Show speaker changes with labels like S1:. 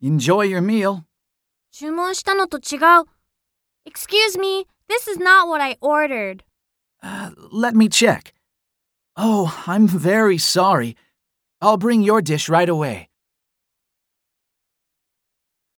S1: Enjoy your meal.
S2: 注文したのと違う。Excuse me, this is not what I ordered.
S1: Uh, let me check. Oh, I'm very sorry. I'll bring your dish right away.